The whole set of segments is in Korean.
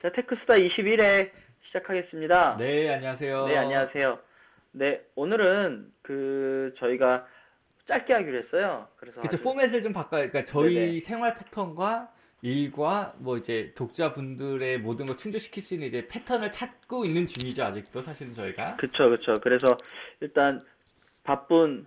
자, 테크스타 21회 시작하겠습니다. 네, 안녕하세요. 네, 안녕하세요. 네, 오늘은 그 저희가 짧게 하기로 했어요. 그래서 그쵸, 아주- 포맷을 좀 바꿔, 그러니까 저희 네네. 생활 패턴과 일과 뭐 이제 독자분들의 모든 걸 충족시킬 수 있는 이제 패턴을 찾고 있는 중이죠, 아직도 사실은 저희가. 그쵸, 그쵸. 그래서 일단 바쁜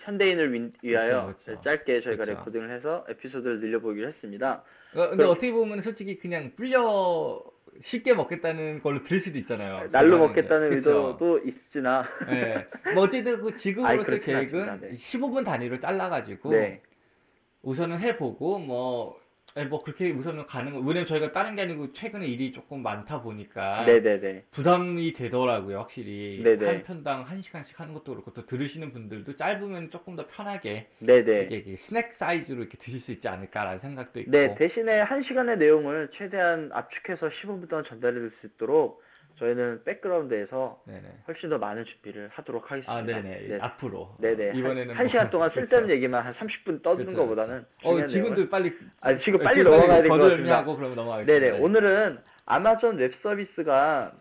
현대인을 윈- 위하여 네, 그쵸, 그쵸. 짧게 저희가 그쵸. 레코딩을 해서 에피소드를 늘려보기로 했습니다. 어, 근데 그럼- 어떻게 보면 솔직히 그냥 불려 쉽게 먹겠다는 걸로 들을 수도 있잖아요. 네, 날로 저희가 하는 먹겠다는 게. 그쵸? 의도도 있으나 네. 뭐 어쨌든 그 아이, 지금으로서의 그렇긴 계획은 하십니다. 네. 15분 단위로 잘라가지고 네, 우선은 해보고 뭐. 네, 뭐 그렇게 우선은 가는 거 왜냐면 저희가 다른 게 아니고 최근에 일이 조금 많다 보니까 네, 네, 네. 부담이 되더라고요 확실히 네네. 한 편당 한 시간씩 하는 것도 그렇고 또 들으시는 분들도 짧으면 조금 더 편하게 네, 네. 이게 이렇게 스낵 사이즈로 이렇게 드실 수 있지 않을까라는 생각도 있고 네, 대신에 한시간의 내용을 최대한 압축해서 15분 동안 전달해 드릴 수 있도록 저희는 백그라운드에서 네네. 훨씬 더 많은 준비를 하도록 하겠습니다. 아 네네 네. 앞으로 네네. 이번에는 뭐 한시간 동안 그쵸. 쓸데없는 얘기만 한 30분 떠드는 그쵸, 것보다는 그쵸. 어 중요한 내용을- 지금도 빨리 아, 지금 빨리 지금 넘어가야 될것 거절미 같습니다. 하고 그러면 넘어가겠습니다 네네. 오늘은 아마존 웹 서비스가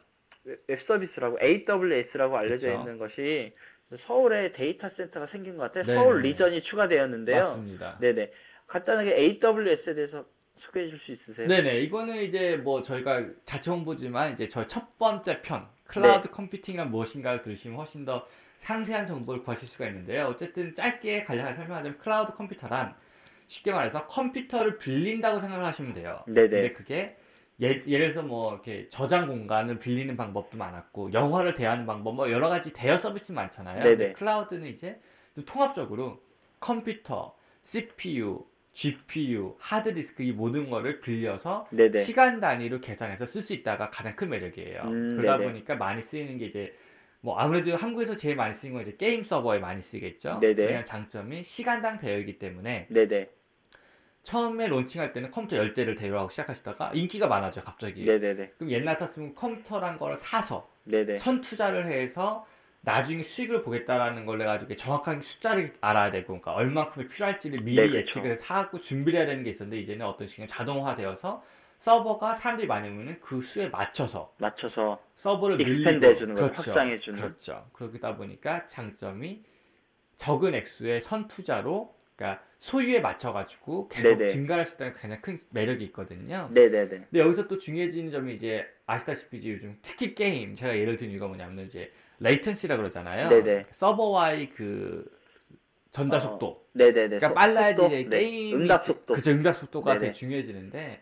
웹- 웹 서비스라고 AWS라고 알려져 그쵸. 있는 것이 서울에 데이터 센터가 생긴 것 같아요. 네네. 서울 리전이 추가되었는데요. 맞습니다 네네. 간단하게 AWS에 대해서 소개해 줄 수 있으세요? 네네 이거는 이제 뭐 저희가 자체 홍보지만 이제 저희 첫 번째 네. 편 클라우드 컴퓨팅이란 무엇인가를 들으시면 훨씬 더 상세한 정보를 구하실 수가 있는데요 어쨌든 짧게 간략하게 설명하자면 클라우드 컴퓨터란 쉽게 말해서 컴퓨터를 빌린다고 생각을 하시면 돼요 네네. 근데 그게 예, 예를 들어서 뭐 이렇게 저장 공간을 빌리는 방법도 많았고 영화를 대하는 방법 뭐 여러 가지 대여 서비스 많잖아요 네네. 근데 클라우드는 이제 좀 통합적으로 컴퓨터, CPU, GPU, 하드디스크 이 모든 거를 빌려서 네네. 시간 단위로 계산해서 쓸 수 있다가 가장 큰 매력이에요. 음, 그러다 네네. 보니까 많이 쓰이는 게 이제 뭐 아무래도 한국에서 제일 많이 쓰는 건 이제 게임 서버에 많이 쓰겠죠. 네네. 왜냐면 장점이 시간당 대여이기 때문에 네네. 처음에 론칭할 때는 컴퓨터 10대를 대여하고 시작하시다가 인기가 많아져 갑자기. 네네네. 그럼 옛날 같았으면 컴퓨터란 걸 사서 네네. 선투자를 해서 나중에 수익을 보겠다라는 걸 해가지고 정확한 숫자를 알아야 되고 그러니까 얼만큼이 필요할지를 미리 네, 그쵸. 예측을 해서 사갖고 준비를 해야 되는 게 있었는데 이제는 어떤 식으로 자동화되어서 서버가 사람들이 많이 오면 그 수에 맞춰서 맞춰서 서버를 익스펜드 밀리고. 해주는 거예요. 확장해 주는. 그렇죠. 그러다 보니까 장점이 적은 액수의 선투자로 그러니까 소유에 맞춰가지고 계속 네네. 증가할 수 있다는 가장 큰 매력이 있거든요. 네네네. 근데 여기서 또 중요해지는 점이 이제 아시다시피 이제 요즘 특히 게임 제가 예를 든 이유가 뭐냐면 이제 레이턴시라 그러잖아요. 네네. 어. 서버와의 그 전달 속도. 네네네. 그러니까 빨라야지 속도? 이제 네. 게임이 응답 속도. 그죠 응답 속도가 네네. 되게 중요해지는데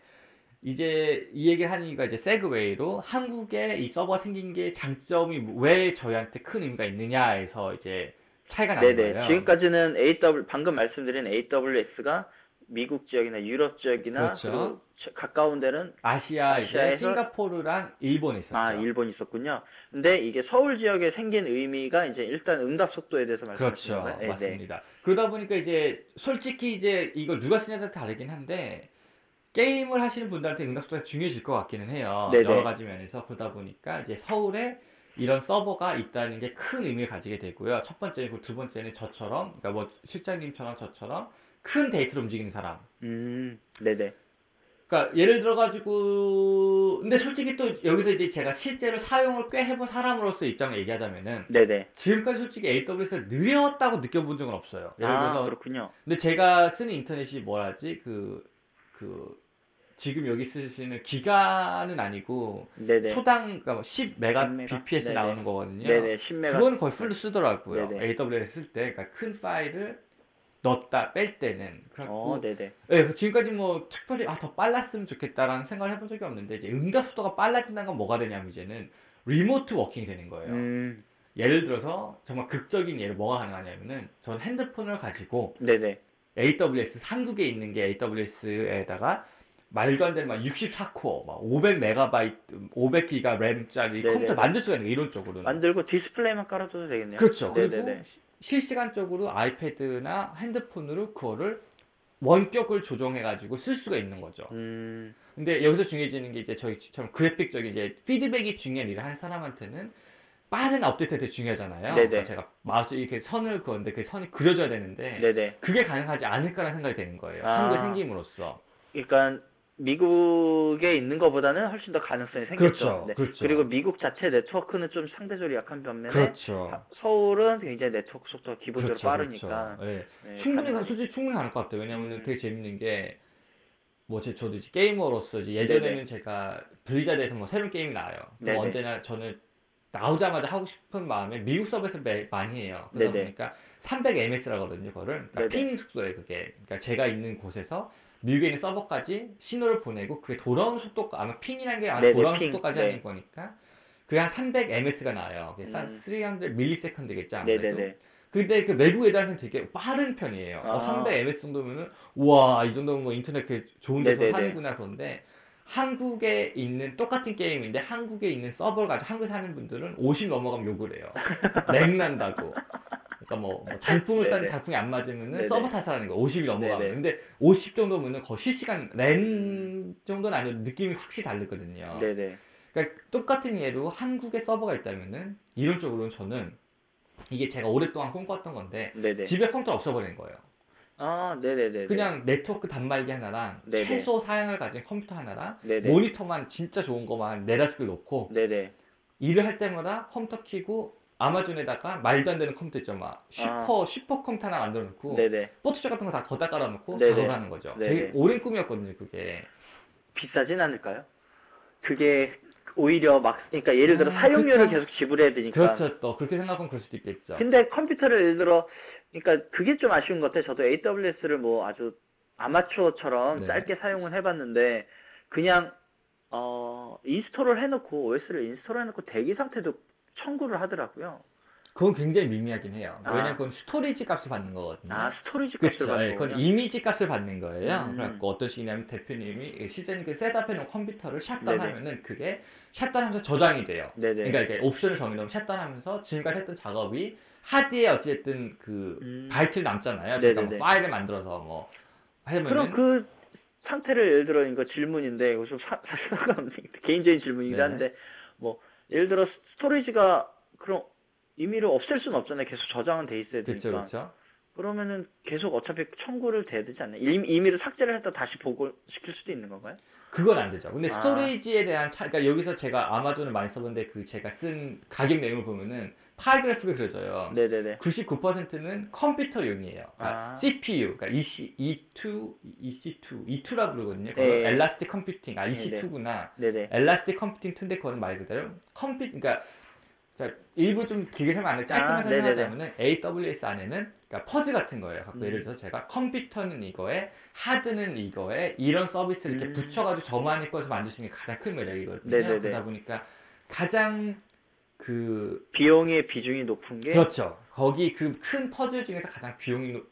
이제 이 얘기를 하니까 이제 세그웨이로 한국에 이 서버 생긴 게 장점이 뭐, 왜 저희한테 큰 의미가 있느냐에서 이제 차이가 나는 네네. 거예요. 지금까지는 AW 방금 말씀드린 AWS가 미국 지역이나 유럽 지역이나 그렇죠. 그리고 저- 가까운 데는 아시아 이제 아시아에서- 싱가포르랑 일본에 있었죠. 아 일본 있었군요. 근데 이게 서울 지역에 생긴 의미가 이제 일단 응답 속도에 대해서 말씀하시는 그렇죠. 거예요. 네, 네. 맞습니다. 그러다 보니까 이제 솔직히 이제 이걸 누가 쓰냐에 따라 다르긴 한데 게임을 하시는 분들한테 응답속도가 중요해질 것 같기는 해요. 네네. 여러 가지 면에서 그러다 보니까 이제 서울에 이런 서버가 있다는 게 큰 의미를 가지게 되고요. 첫 번째고 두 번째는 저처럼 그러니까 뭐 실장님처럼 저처럼 큰 데이터를 움직이는 사람. 음. 네네. 그러니까 예를 들어 가지고 근데 솔직히 또 여기서 이제 제가 실제로 사용을 꽤 해본 사람으로서 입장을 얘기하자면은 네네. 지금까지 솔직히 AWS가 느렸다고 느껴본 적은 없어요. 예를 아 들어서 그렇군요. 근데 제가 쓰는 인터넷이 뭐라지 그 그 지금 여기 쓰시는 기가는 아니고 네네. 초당 그러니까 뭐 10메가 10 bps 네네. 나오는 거거든요. 네네. 10메가. 그건 거의 풀로 쓰더라고요. 네네. AWS 쓸때 그러니까 큰 파일을 넣었다 뺄 때는 그렇고 어 네네. 예, 지금까지 뭐 특별히 아 더 빨랐으면 좋겠다라는 생각을 해본 적이 없는데 이제 응답 속도가 빨라진다는 건 뭐가 되냐면 이제는 리모트 워킹이 되는 거예요. 음. 예를 들어서 정말 극적인 예로 뭐가 가능하냐면은 전 핸드폰을 가지고 네네. AWS 한국에 있는 게 AWS에다가 말도 안 되는 막 64코어, 막 500메가바이트, 500기가 램짜리 네네. 컴퓨터 만들 수가 있는 거 이론적으로는. 만들고 디스플레이만 깔아줘도 되겠네요. 그렇죠. 그리고 네네네. 시- 실시간적으로 아이패드나 핸드폰으로 그거를 원격을 조정해가지고 쓸 수가 있는 거죠. 음. 근데 여기서 중요해지는 게 이제 저희처럼 그래픽적인 이제 피드백이 중요한 일을 하는 사람한테는 빠른 업데이트가 되게 중요하잖아요. 네네. 그러니까 제가 마우스 이렇게 선을 그었는데 그 선이 그려져야 되는데 네네. 그게 가능하지 않을까라는 생각이 되는 거예요. 아. 한국에 생김으로써. 그러니까 미국에 있는 것보다는 훨씬 더 가능성이 생겼죠. 그렇죠, 그렇죠. 리고 미국 자체 네트워크는 좀 상대적으로 약한 반면에 그렇죠. 아, 서울은 굉장히 네트워크 속도가 기본적으로 그렇죠, 빠르니까 그렇죠. 예. 네, 충분히 가, 가능하죠. 솔직히 충분히 가능할 것 같아요. 왜냐면 은 음. 되게 재밌는 게 뭐, 제, 저도 이제 게이머로서 이제 예전에는 네네. 제가 블리자드에서 뭐 새로운 게임이 나와요. 그럼 네네. 언제나 저는 나오자마자 하고 싶은 마음에 미국 서버에서 매, 많이 해요. 그러다 네네. 보니까 300ms라거든요, 그거를. 네네. 그러니까 핑 속도예요, 그게. 그러니까 제가 있는 곳에서 미국에 있는 서버까지 신호를 보내고 그게 돌아오는 속도가 아마 핑이라는 게 아마 네네, 돌아오는 핑. 속도까지 네. 하는 거니까 그게 한 300ms가 나와요. 그게 한 음. 300ms겠죠, 아무래도. 네네네. 근데 그 외국 애들한테는 되게 빠른 편이에요. 어, 아. 300 ms 정도면은 우와 이 정도면 뭐 인터넷 그 좋은 데서 네네네. 사는구나 그런데 한국에 있는 똑같은 게임인데 한국에 있는 서버를 가지고 한국에 사는 분들은 50 넘어가면 욕을 해요. 렉난다고. 그러니까 뭐, 뭐 장품을 네네. 쓰는데 장품이 안 맞으면은 네네. 서버 탓하라는 거 50이 넘어가면 네네. 근데 50 정도면은 거의 실시간 랜 정도는 아니고 느낌이 확실히 다르거든요. 네네. 그러니까 똑같은 예로 한국에 서버가 있다면은 이론적으로는 저는 이게 제가 오랫동안 꿈꿨던 건데 네네. 집에 컴퓨터 없어버리는 거예요. 아 네네네. 그냥 네트워크 단말기 하나랑 네네. 최소 사양을 가진 컴퓨터 하나랑 네네. 음. 모니터만 진짜 좋은 거만 네다섯을 놓고 네네. 일을 할 때마다 컴퓨터 켜고 아마존에다가 말도 안 되는 컴퓨터 있죠 막 슈퍼 슈퍼 컴퓨터 하나 만들어 놓고 아. 네네. 포토샵 같은 거 다 거다 깔아놓고 네네. 작업을 하는 거죠. 네네. 되게 오랜 꿈이었거든요 그게. 비싸진 않을까요? 그게 오히려 막 그러니까 예를 들어 아, 사용료를 그렇죠. 계속 지불해야 되니까. 그렇죠 또 그렇게 생각하면 그럴 수도 있겠죠. 그러니까. 근데 컴퓨터를 예를 들어 그러니까 그게 좀 아쉬운 것 같아요. 저도 AWS를 뭐 아주 아마추어처럼 네. 짧게 사용은 해봤는데 그냥 어 인스톨을 해놓고 OS를 인스톨 해놓고 대기 상태도 청구를 하더라고요. 그건 굉장히 미미하긴 해요. 아. 왜냐면 그건 스토리지 값을 받는 거거든요. 아 스토리지 값을 음. 그렇죠. 예, 받는 그건 거군요. 이미지 값을 받는 거예요. 음. 그래갖고 어떤 식이냐면 대표님이 실제는 그 셋업해놓은 컴퓨터를 샷단하면은 그게 샷단하면서 저장이 돼요. 네네. 그러니까 이게 옵션을 정해놓으면 샷단하면서 지금까지 했던 작업이 하드에 어찌됐든 그 음. 바이트 남잖아요. 제가 뭐 네네네. 파일을 만들어서 뭐 그럼 하면은 그 상태를 예를 들어 이거 질문인데 이거 좀 사- 사실과 없는 개인적인 질문이긴 네. 한데 뭐 예를 들어 스토리지가 그럼 임의로 없앨 수는 없잖아요. 계속 저장은 돼 있어야 그렇죠, 되니까. 그렇죠. 그러면은 계속 어차피 청구를 돼야 되지 않나요? 임, 임의로 삭제를 했다 다시 복원시킬 수도 있는 건가요? 그건 안 되죠. 근데 아. 스토리지에 대한 차, 그러니까 여기서 제가 아마존을 많이 써본데 그 제가 쓴 가격 내용을 보면은 파일 그래프가 그려져요. 네네네. 99%는 컴퓨터용이에요. 그러니까 아. CPU, 그러니까 EC, E2, EC2, E E2라 부르거든요. 그거 네. 엘라스틱 컴퓨팅, 아 네, EC2구나. 네네. 엘라스틱 컴퓨팅 툰데 그거는 말 그대로 컴퓨, 그러니까 자 일부 좀 길게 설명 안 해. 짧게만 아, 설명하자면은 AWS 안에는 그러니까 퍼즐 같은 거예요. 갖고 음. 예를 들어서 제가 컴퓨터는 이거에, 하드는 이거에 이런 서비스를 이렇게 음. 붙여가지고 저만의 것을 만드시는 게 가장 큰 매력이거든요. 네네네. 그러다 보니까 가장 그 비용의 비중이 높은 게 그렇죠. 거기 그 큰 퍼즐 중에서 가장 비용이 높,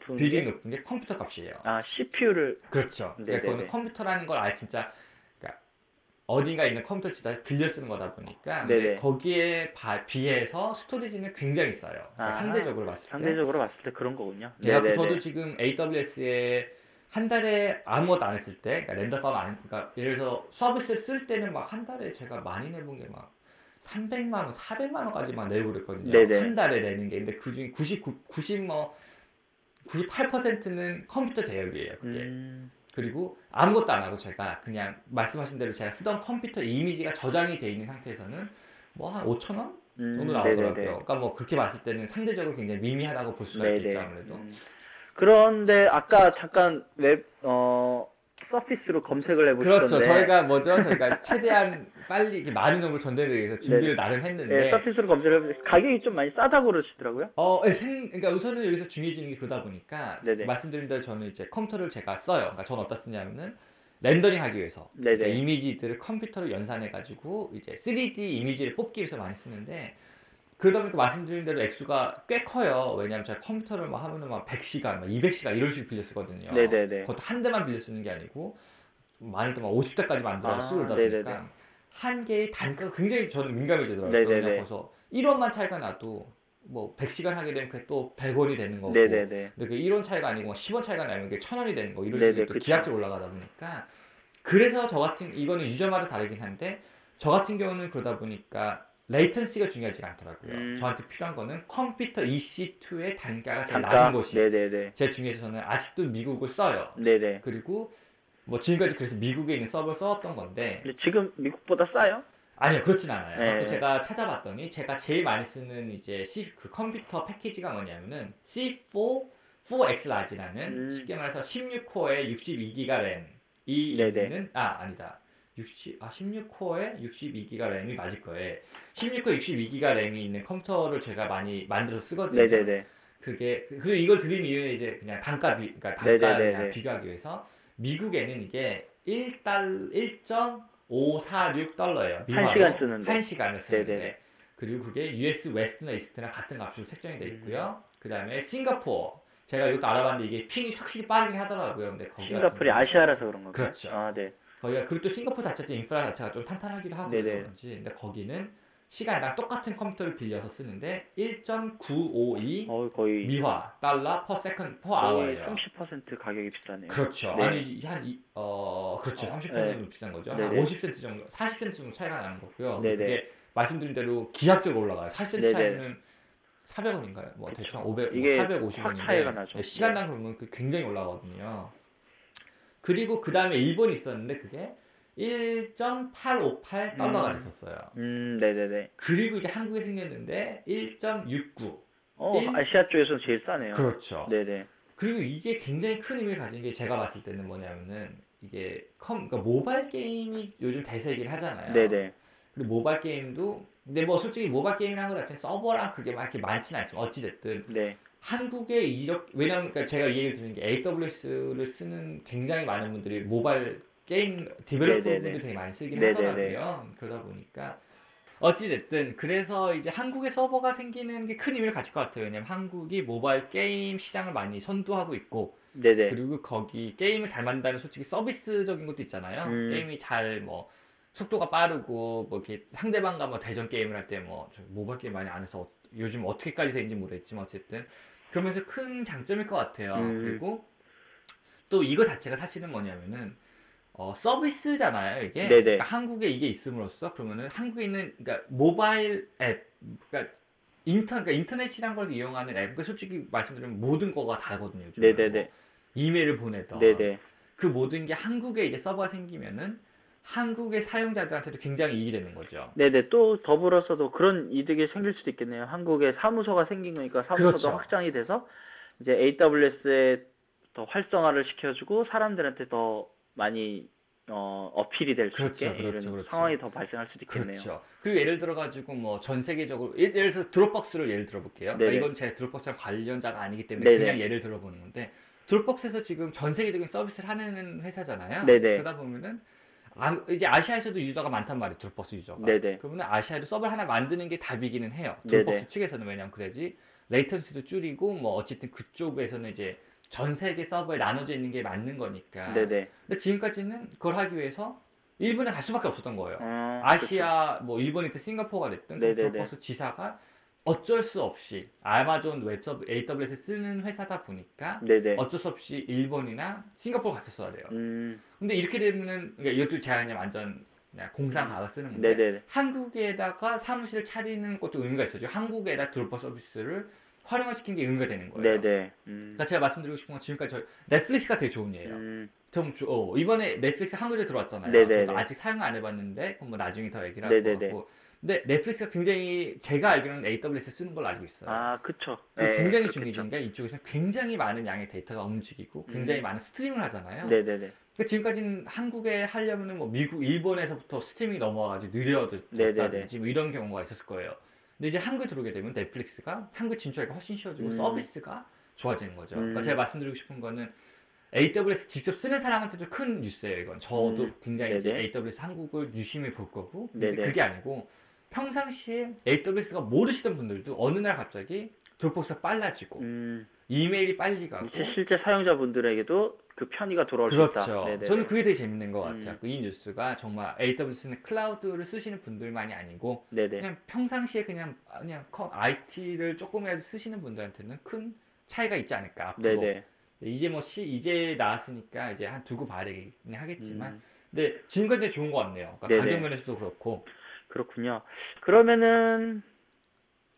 높은 비중이 게- 높은 게 컴퓨터 값이에요. 아 CPU를 그렇죠. 네네네. 그러니까 그거는 컴퓨터라는 걸 아예 진짜 그러니까 어딘가 있는 컴퓨터 진짜 빌려 쓰는 거다 보니까 근데 네네. 거기에 바- 비해서 스토리지는 굉장히 싸요. 그러니까 아하. 상대적으로 봤을 때. 상대적으로 봤을 때 그런 거군요. 제가 네, 저도 지금 AWS에 한 달에 아무것도 안 했을 때, 그러니까 랜덤 팜 안, 그러니까 예를 들어서 서비스를 쓸 때는 막 한 달에 제가 많이 내본 게 막 300만 원, 400만 원까지 막 내고 그랬거든요. 네네. 한 달에 내는 게. 근데 그중에 99, 90뭐 98%는 컴퓨터 대여비예요, 그게. 음, 그리고 아무것도 안 하고 제가 그냥 말씀하신 대로 제가 쓰던 컴퓨터 이미지가 저장이 돼 있는 상태에서는 뭐 한 5천 원 음, 정도 나오더라고요. 그러니까 뭐 그렇게 봤을 때는 상대적으로 굉장히 미미하다고 볼 수가 네네. 있겠죠, 네네. 아무래도. 음. 그런데 아까 잠깐 웹 어, 서피스로 검색을 해보셨는데 그렇죠. 저희가 뭐죠? 저희가 최대한 빨리 이렇게 많은 정보를 전달하기 위해서 준비를 나름 했는데, 예, 서피스로 검색을 해보니까 가격이 좀 많이 싸다고 그러시더라고요. 어, 예, 생, 그러니까 우선은 여기서 중요해지는 게 그러다 보니까 네네. 말씀드린 대로 저는 이제 컴퓨터를 제가 써요. 그러니까 저는 어디다 쓰냐면은 렌더링하기 위해서 네네. 그러니까 이미지들을 컴퓨터로 연산해가지고 이제 3D 이미지를 뽑기 위해서 많이 쓰는데. 그러다 보니까 말씀드린 대로 액수가 꽤 커요. 왜냐하면 제가 컴퓨터를 막 하면은 막 100시간, 막 200시간 이런 식으로 빌려 쓰거든요. 네네네. 그것도 한 대만 빌려 쓰는 게 아니고 좀 많을 때만 50대까지 만들어 아, 쓰고 그러다 네네네. 보니까 한 개의 단가가 굉장히 저는 민감해지더라고요. 네네네. 그냥 그래서 1원만 차이가 나도 뭐 100시간 하게 되면 그게 또 100원이 되는 거고 네네네. 근데 그 1원 차이가 아니고 10원 차이가 나면 그게 1000원이 되는 거 이런 네네, 식으로 또 그쵸. 기하급수로 올라가다 보니까 그래서 저 같은 이거는 유저마다 다르긴 한데 저 같은 경우는 그러다 보니까 레이턴시가 중요하지 않더라고요. 음. 저한테 필요한 거는 컴퓨터 E EC2의 단가가 제일 잠깐. 낮은 것이 네네네. 제 중에서 저는 아직도 미국을 써요. 네네. 그리고 뭐 지금까지 그래서 미국에 있는 서버를 써왔던 건데 근데 지금 미국보다 싸요? 아니요 그렇진 않아요. 네. 아까 제가 찾아봤더니 제가 제일 많이 쓰는 이제 C, 그 컴퓨터 패키지가 뭐냐면은 C4 4X 라지라는 음. 쉽게 말해서 16코어에 62기가 램이 네네. 있는 아 아니다 60, 아 16코어에 62기가 램이 맞을 거예요. 16코어 62기가 램이 있는 컴퓨터를 제가 많이 만들어서 쓰거든요. 네네네. 그게 그 그 이걸 드린 이유는 이제 그냥 단가 비 그러니까 단가 네네네네. 그냥 비교하기 위해서 미국에는 이게 1달 1.546 달러예요. 한 시간 쓰는데. 한 시간을 쓰는데. 네네네. 그리고 그게 US 웨스트나 이스트랑 같은 값으로 책정이 돼 있고요. 그다음에 싱가포르 제가 이것도 알아봤는데 이게 핑이 확실히 빠르긴 하더라고요. 근데 거기 같은 싱가폴이 경우는 아시아라서 그런 건가요? 그렇죠. 아, 네. 거기가 그리고 또 싱가포르 자체도 인프라 자체가 좀 탄탄하기도 하고 그래서 네네. 그런지 근데 거기는 시간당 똑같은 컴퓨터를 빌려서 쓰는데 1.952 어, 거의 미화 달러 퍼 세컨 퍼 거의 아워예요. 30% 가격이 비싸네요. 네. 그렇죠. 네. 아니 한어 그렇죠. 어, 30% 네. 정도 비싼 거죠. 한 네네. 50센트 정도, 40센트 정도 차이가 나는 거고요. 네네. 그게 말씀드린 대로 기하적으로 올라가요. 40센트 네네. 차이는 400원인가요? 뭐 그쵸. 대충 500, 이게 450원인데 확 차이가 나죠. 네. 시간당 그러면 그 굉장히 올라가거든요. 그리고 그 다음에 일본이 있었는데 그게 1.858 달러가 음. 됐었어요. 음, 네네네. 그리고 이제 한국에 생겼는데 1.69. 어, 일- 아시아 쪽에서는 제일 싸네요. 그렇죠. 네네. 그리고 이게 굉장히 큰 의미를 가진 게 제가 봤을 때는 뭐냐면은 이게 컴 그러니까 모바일 게임이 요즘 대세이긴 하잖아요. 네네. 그리고 모바일 게임도 근데 뭐 솔직히 모바일 게임이라는 것 자체는 서버랑 그게 막 이렇게 많진 않지만 어찌 됐든 네. 한국에 이렇게 왜냐면 그러니까 제가 이 얘기를 드는 게 AWS를 쓰는 굉장히 많은 분들이 모바일 게임 네네네. 디벨로퍼분들 되게 많이 쓰긴 네네네. 하더라고요. 그러다 보니까 어찌 됐든 그래서 이제 한국에 서버가 생기는 게 큰 의미를 가질 것 같아요. 왜냐면 한국이 모바일 게임 시장을 많이 선도하고 있고 네네. 그리고 거기 게임을 잘 만든다는 솔직히 서비스적인 것도 있잖아요. 음. 게임이 잘 뭐 속도가 빠르고 뭐 이렇게 상대방과 뭐 대전 게임을 할 때 뭐 모바일 게임 많이 안 해서 어- 요즘 어떻게까지 되는지 모르겠지만 어쨌든 그러면서 큰 장점일 것 같아요. 음. 그리고 또 이거 자체가 사실은 뭐냐면은 어, 서비스잖아요 이게 네네. 그러니까 한국에 이게 있음으로써 그러면은 한국에 있는 그러니까 모바일 앱 그러니까 인터 그러니까 인터넷이란 걸 이용하는 앱, 그 솔직히 말씀드리면 모든 거가 다거든요. 요즘은. 네네네. 이메일을 보내던 네네. 그 모든 게 한국에 이제 서버가 생기면은 한국의 사용자들한테도 굉장히 이익이 되는 거죠. 네네. 또 더불어서도 그런 이득이 생길 수도 있겠네요. 한국에 사무소가 생긴 거니까 사무소도 그렇죠. 확장이 돼서 이제 AWS에 더 활성화를 시켜주고 사람들한테 더 많이 어, 어필이 될 수 그렇죠, 있게 그렇죠, 이런 그렇죠. 상황이 더 발생할 수도 있겠네요. 그렇죠. 그리고 예를 들어 가지고 뭐 전 세계적으로 예- 예를 들어 드롭박스를 예를 들어 볼게요. 그러니까 네네. 이건 제 드롭박스랑 관련자가 아니기 때문에 네네. 그냥 예를 들어 보는 건데 드롭박스에서 지금 전 세계적인 서비스를 하는 회사잖아요. 네네. 그러다 보면은 아- 이제 아시아에서도 유저가 많단 말이에요. 드롭박스 유저가. 네네. 그러면 아시아에도 서버를 하나 만드는 게 답이기는 해요. 네네. 드롭박스 측에서는 왜냐면 그래야지 레이턴시도 줄이고 뭐 어쨌든 그쪽에서는 이제 전 세계 서버에 나눠져 있는 게 맞는 거니까. 네네. 근데 지금까지는 그걸 하기 위해서 일본에 갈 수밖에 없었던 거예요. 어, 아시아 뭐 일본이 됐든 싱가포르가 됐든 그 네네네. 드롭박스 지사가 어쩔 수 없이 아마존 웹서브 AWS 쓰는 회사다 보니까 그렇죠. 네네. 어쩔 수 없이 일본이나 싱가포르 갔었어야 돼요. 음, 근데 근데 이렇게 되면은 그러니까 이것도 제가 그냥 완전 그냥 공상 가가 쓰는 건데 네네. 한국에다가 사무실을 차리는 것도 의미가 있어요. 한국에다 드롭퍼 서비스를 활용화시킨 게 의미가 되는 뭐 거예요. 네네. 음, 그러니까 제가 말씀드리고 싶은 건 지금까지 저희 넷플릭스가 되게 좋은 예예요. 음, 좀 조- 어, 이번에 넷플릭스 한글에 들어왔잖아요. 네네네. 저도 아직 사용 안 해봤는데 그건 뭐 나중에 더 얘기를 할 네네네. 것 같고. 근데 넷플릭스가 굉장히 제가 알기로는 AWS 쓰는 걸로 알고 있어요. 아, 그쵸. 그리고 네, 굉장히 그렇겠죠. 음. 중요한 게 이쪽에서 굉장히 많은 양의 데이터가 움직이고 굉장히 많은 스트리밍을 하잖아요. 네네네. 그러니까 지금까지는 한국에 하려면은 뭐 미국, 일본에서부터 스트리밍이 넘어와가지고 느려졌다든지 네네네. 뭐 이런 경우가 있었을 거예요. 근데 이제 한국에 들어오게 되면 넷플릭스가 한국 진출하기가 훨씬 쉬워지고 음. 서비스가 좋아지는 거죠. 그러니까 음. 제가 말씀드리고 싶은 거는 AWS 직접 쓰는 사람한테도 큰 뉴스예요. 이건 저도 음. 굉장히 이제 네네. AWS 한국을 유심히 볼 거고, 근데 네네. 그게 아니고 평상시에 AWS가 모르시던 분들도 어느 날 갑자기 드롭박스가 빨라지고 음, 이메일이 빨리 가고 이제 실제 사용자분들에게도 그 편의가 돌아올 수 있다. 그렇죠. 네네네. 저는 그게 되게 재밌는 것 같아요. 음. 그이 뉴스가 정말 AWS는 클라우드를 쓰시는 분들만이 아니고 네네. 그냥 평상시에 그냥 그냥 IT를 조금이라도 쓰시는 분들한테는 큰 차이가 있지 않을까 앞으로. 네네. 음. 근데 이제 뭐 시, 이제 나왔으니까 이제 한 두고 봐야 되긴 하겠지만 음, 근데 지금까지 되게 좋은 것 같네요. 그러니까 네네. 가격 면에서도 그렇고 그렇군요. 그러면은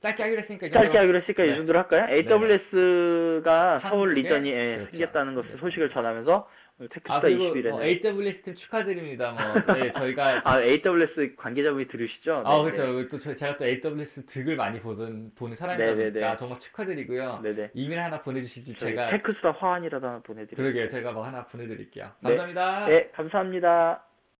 짧게 하기로 했으니까 이 짧게 정도로- 하기로 했으니까 네. 이 정도로 할까요? AWS가 한국에? 서울 리전이 예, 그렇죠. 생겼다는 것을 네. 소식을 전하면서 테크스타 아 그리고 21에. 뭐 AWS 팀 축하드립니다. 뭐 예, 저희가 아, AWS 관계자분이 들으시죠? 아 네, 그렇죠. 또 저- 제가 또 AWS 득을 많이 보던 보는 사람이다 네네네. 보니까 정말 축하드리고요. 네, 네네. 이메일 하나 보내주시지 저희 제가 테크스타 화환이라도 네, 하나 보내드릴게요. 그러게요. 제가 뭐 하나 보내드릴게요. 네. 감사합니다. 네, 감사합니다.